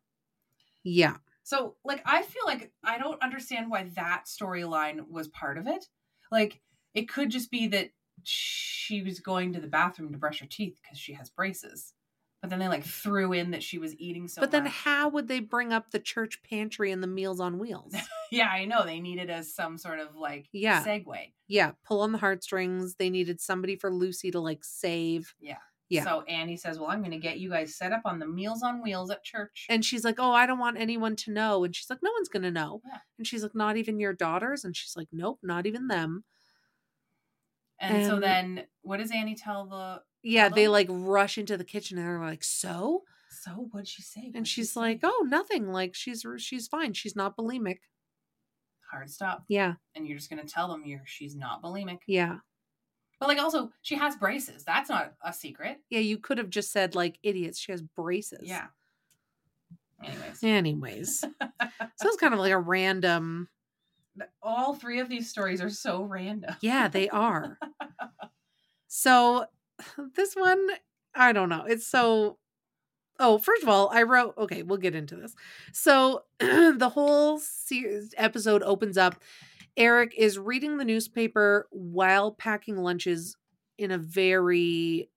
Speaker 4: yeah
Speaker 3: so like i feel like i don't understand why that storyline was part of it like it could just be that she was going to the bathroom to brush her teeth because she has braces but then they like threw in that she was eating so
Speaker 4: but then
Speaker 3: much.
Speaker 4: how would they bring up the church pantry and the meals on wheels
Speaker 3: yeah i know they needed as some sort of like
Speaker 4: Yeah.
Speaker 3: segue
Speaker 4: yeah pull on the heartstrings they needed somebody for lucy to like save
Speaker 3: Yeah.
Speaker 4: yeah
Speaker 3: so annie says well i'm gonna get you guys set up on the meals on wheels at church
Speaker 4: And she's like, Oh, I don't want anyone to know. And she's like, No one's going to know.
Speaker 3: Yeah.
Speaker 4: And she's like, Not even your daughters. And she's like, Nope, not even them.
Speaker 3: and, so
Speaker 4: and-
Speaker 3: then what does annie tell the
Speaker 4: Yeah, they
Speaker 3: Although-
Speaker 4: like rush into the kitchen and they're like, So?
Speaker 3: so what'd she say What'd
Speaker 4: And
Speaker 3: she
Speaker 4: she's
Speaker 3: say?"
Speaker 4: like, Oh, nothing. Like, she's she's fine. She's not bulimic.
Speaker 3: hard stop
Speaker 4: Yeah,
Speaker 3: and you're just gonna tell them you're she's not bulimic
Speaker 4: yeah.
Speaker 3: But like also she has braces. That's not a secret.
Speaker 4: Yeah, you could have just said, like, idiots. She has braces.
Speaker 3: Yeah. Anyways.
Speaker 4: Anyways, so it's kind of like a random.
Speaker 3: Th- All three of these stories are so random.
Speaker 4: Yeah, they are. so this one, I don't know. It's so. Oh, first of all, I wrote. Okay, we'll get into this. So the whole series episode opens up. Eric is reading the newspaper while packing lunches in a very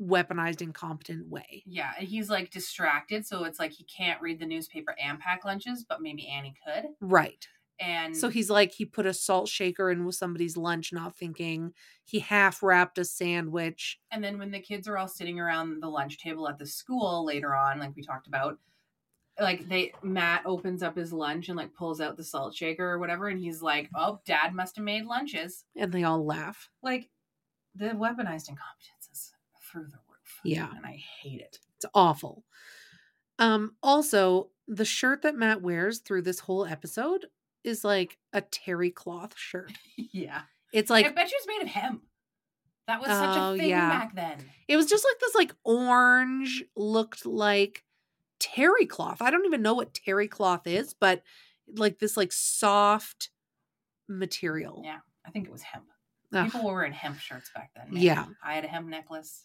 Speaker 4: weaponized, incompetent way.
Speaker 3: Yeah, and he's like distracted, so it's like he can't read the newspaper and pack lunches, but maybe Annie could.
Speaker 4: Right.
Speaker 3: And
Speaker 4: So he's like, he put a salt shaker in with somebody's lunch, not thinking. He half wrapped a sandwich.
Speaker 3: and then when the kids are all sitting around the lunch table at the school later on, like we talked about, like they Matt opens up his lunch and like pulls out the salt shaker or whatever, and he's like, "Oh, Dad must have made lunches."
Speaker 4: And they all laugh.
Speaker 3: Like the weaponized incompetence is through the roof.
Speaker 4: Yeah.
Speaker 3: and I hate it.
Speaker 4: It's awful. Um, also, the shirt that Matt wears through this whole episode is like a terry cloth shirt.
Speaker 3: Yeah.
Speaker 4: It's
Speaker 3: I
Speaker 4: like
Speaker 3: bet you it's made of hemp. That was such
Speaker 4: Oh,
Speaker 3: a thing
Speaker 4: yeah.
Speaker 3: back then.
Speaker 4: It was just like this like orange looked like terry cloth. I don't even know what terry cloth is, but like this like soft material.
Speaker 3: Yeah. I think it was hemp.
Speaker 4: Ugh,
Speaker 3: People were wearing hemp shirts back then. man.
Speaker 4: yeah.
Speaker 3: I had a hemp necklace.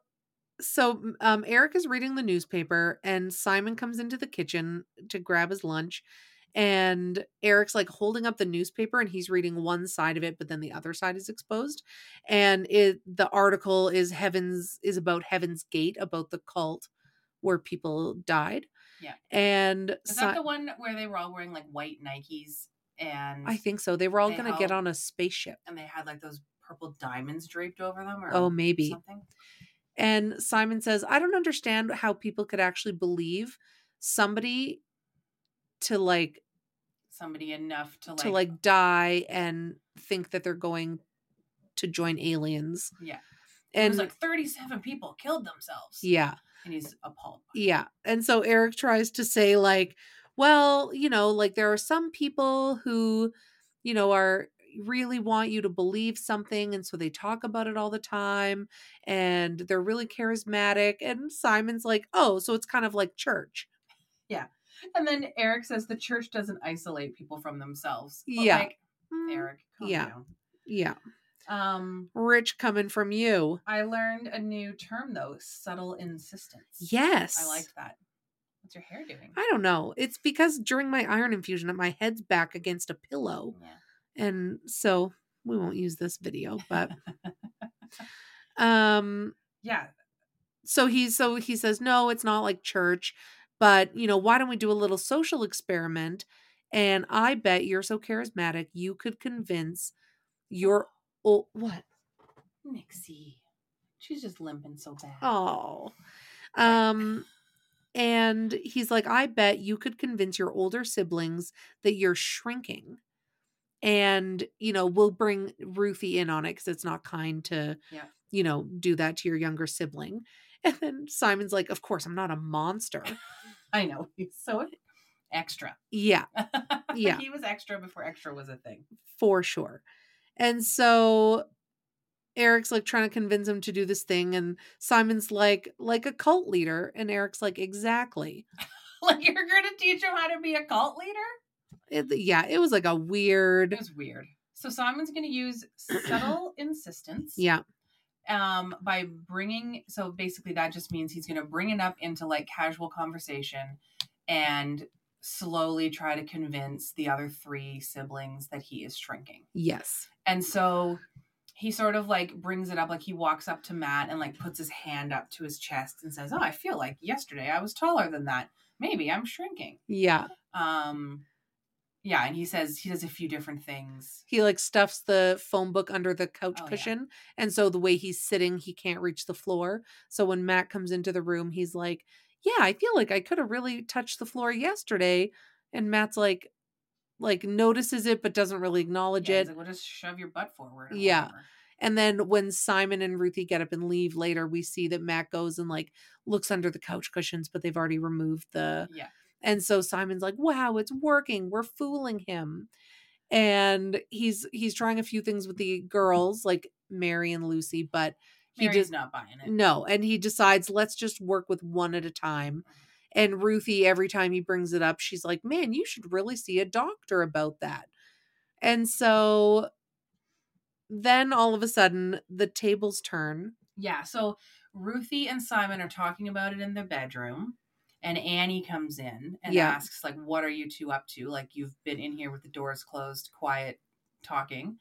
Speaker 4: so um Eric is reading the newspaper and Simon comes into the kitchen to grab his lunch and Eric's like holding up the newspaper and he's reading one side of it but then the other side is exposed and it the article is heavens is about heaven's gate about the cult where people died.
Speaker 3: Yeah.
Speaker 4: And
Speaker 3: Is
Speaker 4: Si-
Speaker 3: that the one where they were all wearing like white Nikes and
Speaker 4: I think so. They were all
Speaker 3: They
Speaker 4: going to get
Speaker 3: all-
Speaker 4: on a spaceship.
Speaker 3: and they had like those purple diamonds draped over them or
Speaker 4: Oh, maybe.
Speaker 3: something?
Speaker 4: And Simon says, I don't understand how people could actually believe somebody to like
Speaker 3: Somebody enough to like,
Speaker 4: to like die and think that they're going to join aliens.
Speaker 3: yeah. And it
Speaker 4: And
Speaker 3: was like 37 people killed themselves.
Speaker 4: yeah,
Speaker 3: And he's appalled. by it.
Speaker 4: yeah. And so Eric tries to say like, well, you know, like there are some people who, you know, are really want you to believe something and so they talk about it all the time and they're really charismatic and Simon's like, "Oh, so it's kind of like church."
Speaker 3: And then Eric says the church doesn't isolate people from themselves. But,
Speaker 4: Yeah.
Speaker 3: Like,
Speaker 4: Mm,
Speaker 3: Eric, calm
Speaker 4: yeah.
Speaker 3: down.
Speaker 4: Yeah.
Speaker 3: Um,
Speaker 4: Rich coming from you.
Speaker 3: I learned a new term though, subtle insistence.
Speaker 4: Yes.
Speaker 3: I liked that. What's your hair doing?
Speaker 4: I don't know. It's because during my iron infusion, my head's back against a pillow.
Speaker 3: Yeah.
Speaker 4: And so we won't use this video, but um
Speaker 3: yeah.
Speaker 4: so he so he says no, it's not like church, but you know, why don't we do a little social experiment and I bet you're so charismatic you could convince your oh what?
Speaker 3: Nixie. She's just limping so bad.
Speaker 4: Oh. Um and he's like, I bet you could convince your older siblings that you're shrinking. And, you know, we'll bring Ruthie in on it because it's not kind to,
Speaker 3: Yeah.
Speaker 4: you know, do that to your younger sibling. And then Simon's like, Of course, I'm not a monster.
Speaker 3: I know. He's so extra.
Speaker 4: yeah, Yeah.
Speaker 3: he was extra before extra was a thing.
Speaker 4: for sure. And so Eric's like trying to convince him to do this thing. And Simon's like, like a cult leader. And Eric's like, Exactly.
Speaker 3: like you're gonna teach him how to be a cult leader?
Speaker 4: It, yeah, it was like a
Speaker 3: It
Speaker 4: weird.
Speaker 3: was weird. So Simon's gonna use subtle insistence.
Speaker 4: Yeah.
Speaker 3: um by bringing so basically that just means he's going to bring it up into like casual conversation and slowly try to convince the other three siblings that he is shrinking
Speaker 4: Yes.
Speaker 3: and so he sort of like brings it up like he walks up to matt and like puts his hand up to his chest and says oh i feel like yesterday i was taller than that maybe i'm shrinking
Speaker 4: Yeah.
Speaker 3: um yeah and he says he does a few different things
Speaker 4: He like stuffs the phone book under the couch
Speaker 3: Oh, yeah.
Speaker 4: cushion. And so the way he's sitting, he can't reach the floor. So when Matt comes into the room, he's like, Yeah, I feel like I could have really touched the floor yesterday. And Matt's like, like notices it but doesn't really acknowledge
Speaker 3: Yeah,
Speaker 4: it.
Speaker 3: he's like, well, just shove your butt forward. or
Speaker 4: Yeah.
Speaker 3: whatever.
Speaker 4: And then when Simon and Ruthie get up and leave later, we see that Matt goes and like looks under the couch cushions, but they've already removed the.
Speaker 3: Yeah.
Speaker 4: And so Simon's like, "Wow, it's working. We're fooling him." And he's he's trying a few things with the girls, like Mary and Lucy, but he
Speaker 3: Mary's
Speaker 4: just
Speaker 3: not buying it.
Speaker 4: no, and he decides let's just work with one at a time. And Ruthie, every time he brings it up, she's like, "Man, you should really see a doctor about that." And so then all of a sudden, the tables turn.
Speaker 3: Yeah. So Ruthie and Simon are talking about it in their bedroom. And Annie comes in and
Speaker 4: Yeah.
Speaker 3: asks, like, what are you two up to? Like, you've been in here with the doors closed, quiet, talking.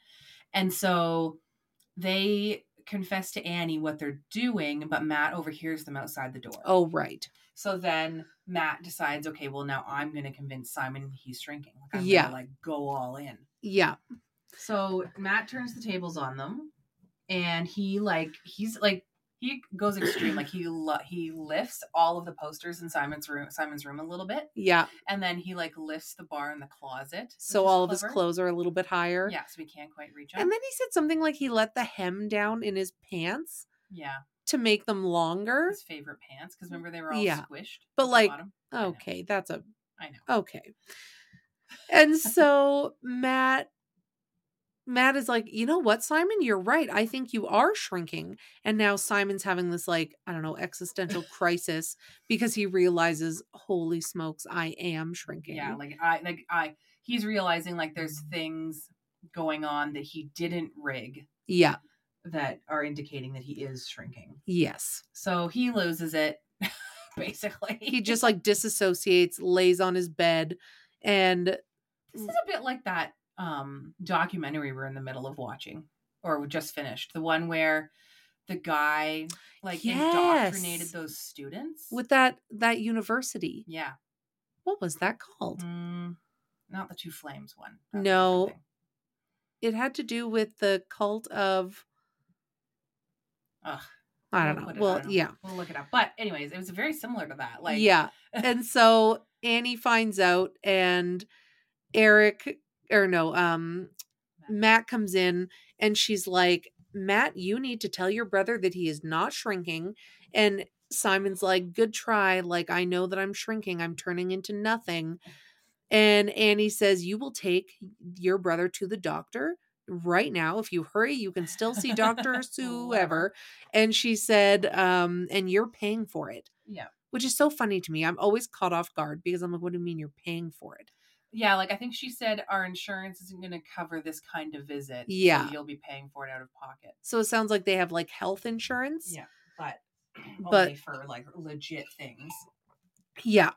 Speaker 3: And so they confess to Annie what they're doing, but Matt overhears them outside the door.
Speaker 4: Oh, right.
Speaker 3: So then Matt decides, okay, well, now I'm going to convince Simon he's shrinking. Like, I'm
Speaker 4: Yeah.
Speaker 3: Gonna, like, go all in.
Speaker 4: Yeah.
Speaker 3: So Matt turns the tables on them, and he like he's like he goes extreme. like he lo- he lifts all of the posters in Simon's room, Simon's room a little bit,
Speaker 4: Yeah.
Speaker 3: and then he like lifts the bar in the closet. which
Speaker 4: So
Speaker 3: is
Speaker 4: all of his
Speaker 3: clever.
Speaker 4: clothes are a little bit higher.
Speaker 3: Yeah, so we can't quite reach him.
Speaker 4: And then he said something like he let the hem down in his pants
Speaker 3: yeah,
Speaker 4: to make them longer.
Speaker 3: his favorite pants because remember they were all
Speaker 4: Yeah.
Speaker 3: squished.
Speaker 4: But,
Speaker 3: at the
Speaker 4: like,
Speaker 3: bottom. I know.
Speaker 4: Okay, that's a
Speaker 3: I know.
Speaker 4: okay. And so Matt Matt is like, "You know what, Simon? You're right. I think you are shrinking." And now Simon's having this like, I don't know, existential crisis because he realizes, "Holy smokes, I am shrinking."
Speaker 3: Yeah, like I like I he's realizing like there's things going on that he didn't rig
Speaker 4: yeah.
Speaker 3: that are indicating that he is shrinking.
Speaker 4: Yes.
Speaker 3: So he loses it, basically.
Speaker 4: He just like disassociates, lays on his bed, and
Speaker 3: this is a bit like that um documentary we're in the middle of watching, or we just finished the one where the guy like indoctrinated
Speaker 4: Yes.
Speaker 3: those students
Speaker 4: with that that university.
Speaker 3: yeah,
Speaker 4: What was that called?
Speaker 3: mm, not the two flames one. That's a different
Speaker 4: No.
Speaker 3: thing.
Speaker 4: It had to do with the cult of
Speaker 3: Ugh,
Speaker 4: I
Speaker 3: we'll
Speaker 4: don't know.
Speaker 3: put it-
Speaker 4: Well,
Speaker 3: I don't
Speaker 4: yeah.
Speaker 3: we'll look it up. But anyways, it was very similar to that. Like
Speaker 4: yeah and so annie finds out and eric or no um matt comes in and she's like matt you need to tell your brother that he is not shrinking and simon's like good try like i know that i'm shrinking i'm turning into nothing and annie says you will take your brother to the doctor right now if you hurry you can still see doctor whoever and she said um and you're paying for it which is so funny to me. I'm always caught off guard because I'm like, what do you mean you're paying for it?
Speaker 3: yeah, like I think she said our insurance isn't going to cover this kind of visit. so
Speaker 4: Yeah.
Speaker 3: you'll be paying for it out of pocket.
Speaker 4: So it sounds like they have like health insurance.
Speaker 3: Yeah. but
Speaker 4: But-
Speaker 3: only for like legit things.
Speaker 4: Yeah.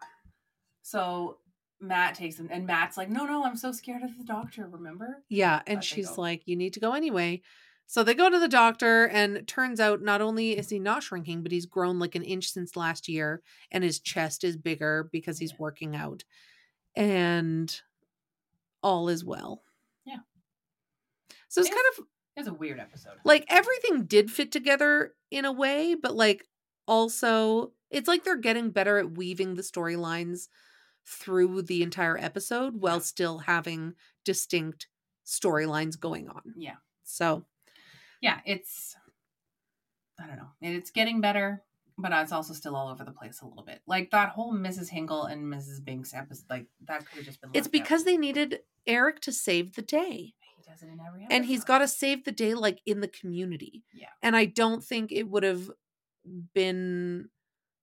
Speaker 3: So Matt takes him, and Matt's like, "No, no, I'm so scared of the doctor. Remember?"
Speaker 4: Yeah. And
Speaker 3: But they
Speaker 4: she's
Speaker 3: go.
Speaker 4: like, you need to go anyway. So they go to the doctor, and it turns out not only is he not shrinking, but he's grown like an inch since last year, and his chest is bigger because he's
Speaker 3: Yeah.
Speaker 4: working out. And all is well.
Speaker 3: Yeah.
Speaker 4: So it's
Speaker 3: It was-
Speaker 4: kind of
Speaker 3: It was a weird episode.
Speaker 4: like everything did fit together in a way, but like also it's like they're getting better at weaving the storylines through the entire episode while still having distinct storylines going on.
Speaker 3: Yeah,
Speaker 4: So,
Speaker 3: yeah. It's I don't know. And It's getting better, but it's also still all over the place a little bit. Like that whole Mrs. Hinkle and Mrs. Binks episode. Like that could have just been. left
Speaker 4: it's
Speaker 3: out.
Speaker 4: because they needed Eric to save the day.
Speaker 3: he does it in every
Speaker 4: And he's
Speaker 3: episode.
Speaker 4: got to save the day like in the community.
Speaker 3: Yeah.
Speaker 4: And I don't think it would have been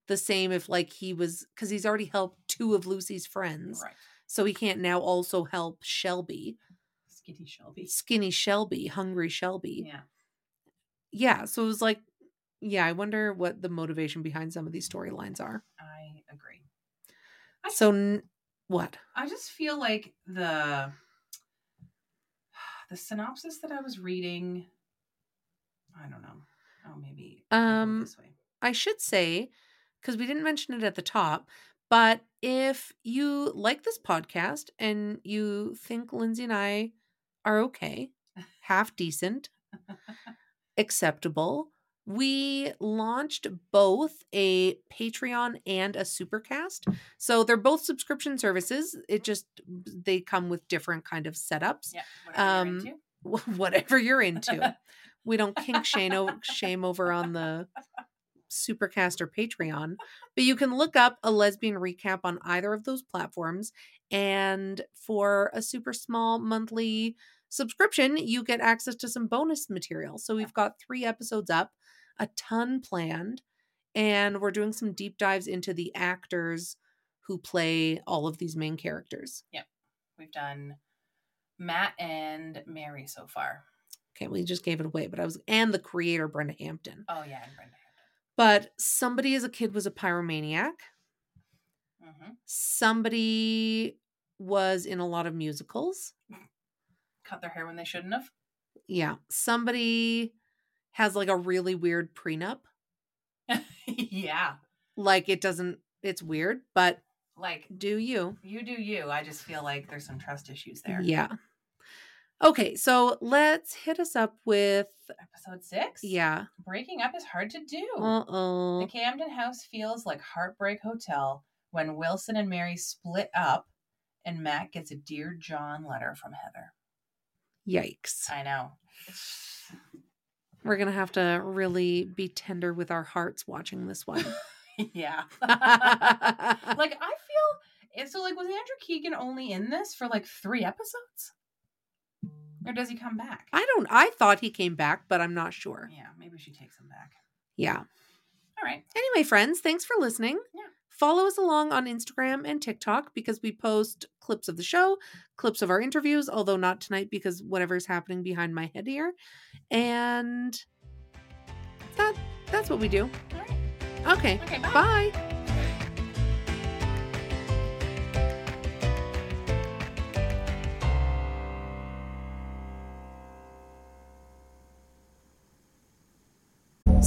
Speaker 4: the same if like he was cuz he's already helped two of Lucy's friends.
Speaker 3: right.
Speaker 4: so he can't now also help Shelby,
Speaker 3: Skinny Shelby.
Speaker 4: skinny Shelby, hungry Shelby.
Speaker 3: Yeah.
Speaker 4: Yeah. so it was like, yeah, I wonder what the motivation behind some of these storylines are.
Speaker 3: I agree. I
Speaker 4: So, n- what?
Speaker 3: I just feel like the the synopsis that I was reading. I don't know. Oh, maybe if I go
Speaker 4: Um,
Speaker 3: this way.
Speaker 4: I should say, because we didn't mention it at the top, but if you like this podcast and you think Lindsay and I are okay, half decent, acceptable, we launched both a Patreon and a Supercast. So they're both subscription services. It just they come with different kind of setups.
Speaker 3: Yeah. Whatever you're
Speaker 4: Um,
Speaker 3: into.
Speaker 4: Wh- Whatever you're into. we don't kink shame, o- shame over on the Supercast or Patreon, but you can look up a lesbian recap on either of those platforms. And for a super small monthly subscription, you get access to some bonus material. So we've got three episodes up, a ton planned, and we're doing some deep dives into the actors who play all of these main characters.
Speaker 3: We've done Matt and Mary so far.
Speaker 4: Okay, we just gave it away, but I was, and the creator, Brenda Hampton.
Speaker 3: Oh yeah, and Brenda.
Speaker 4: But somebody as a kid was a pyromaniac.
Speaker 3: Mm-hmm.
Speaker 4: somebody was in a lot of musicals.
Speaker 3: Cut their hair when they shouldn't have.
Speaker 4: Yeah. Somebody has like a really weird prenup.
Speaker 3: yeah.
Speaker 4: Like it doesn't, it's weird, but
Speaker 3: Like
Speaker 4: do you?
Speaker 3: you do you. I just feel like there's some trust issues there.
Speaker 4: Yeah. Okay. So let's hit us up with,
Speaker 3: Episode six.
Speaker 4: yeah.
Speaker 3: Breaking up is hard to do.
Speaker 4: Uh
Speaker 3: The
Speaker 4: oh.
Speaker 3: Camden house feels like Heartbreak Hotel when Wilson and Mary split up and Matt gets a Dear John letter from Heather.
Speaker 4: Yikes.
Speaker 3: I know.
Speaker 4: We're going to have to really be tender with our hearts watching this one.
Speaker 3: yeah.
Speaker 4: I
Speaker 3: like I feel and so like was Andrew Keegan only in this for like three episodes? Or does he come back?
Speaker 4: don't, I thought he came back, but I'm not sure.
Speaker 3: yeah, maybe she takes him back.
Speaker 4: Yeah.
Speaker 3: All right.
Speaker 4: Anyway, friends, thanks for listening.
Speaker 3: Yeah.
Speaker 4: Follow us along on Instagram and TikTok because we post clips of the show, clips of our interviews, although not tonight because whatever's happening behind my head here. And that that's what we do.
Speaker 3: All right.
Speaker 4: Okay.
Speaker 3: Okay, bye.
Speaker 4: bye.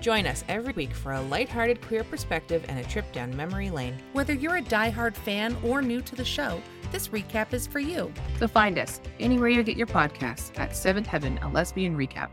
Speaker 5: Join us every week for a lighthearted queer perspective and a trip down memory lane.
Speaker 6: Whether you're a diehard fan or new to the show, this recap is for you.
Speaker 7: So find us anywhere you get your podcasts at Seventh Heaven, a lesbian recap.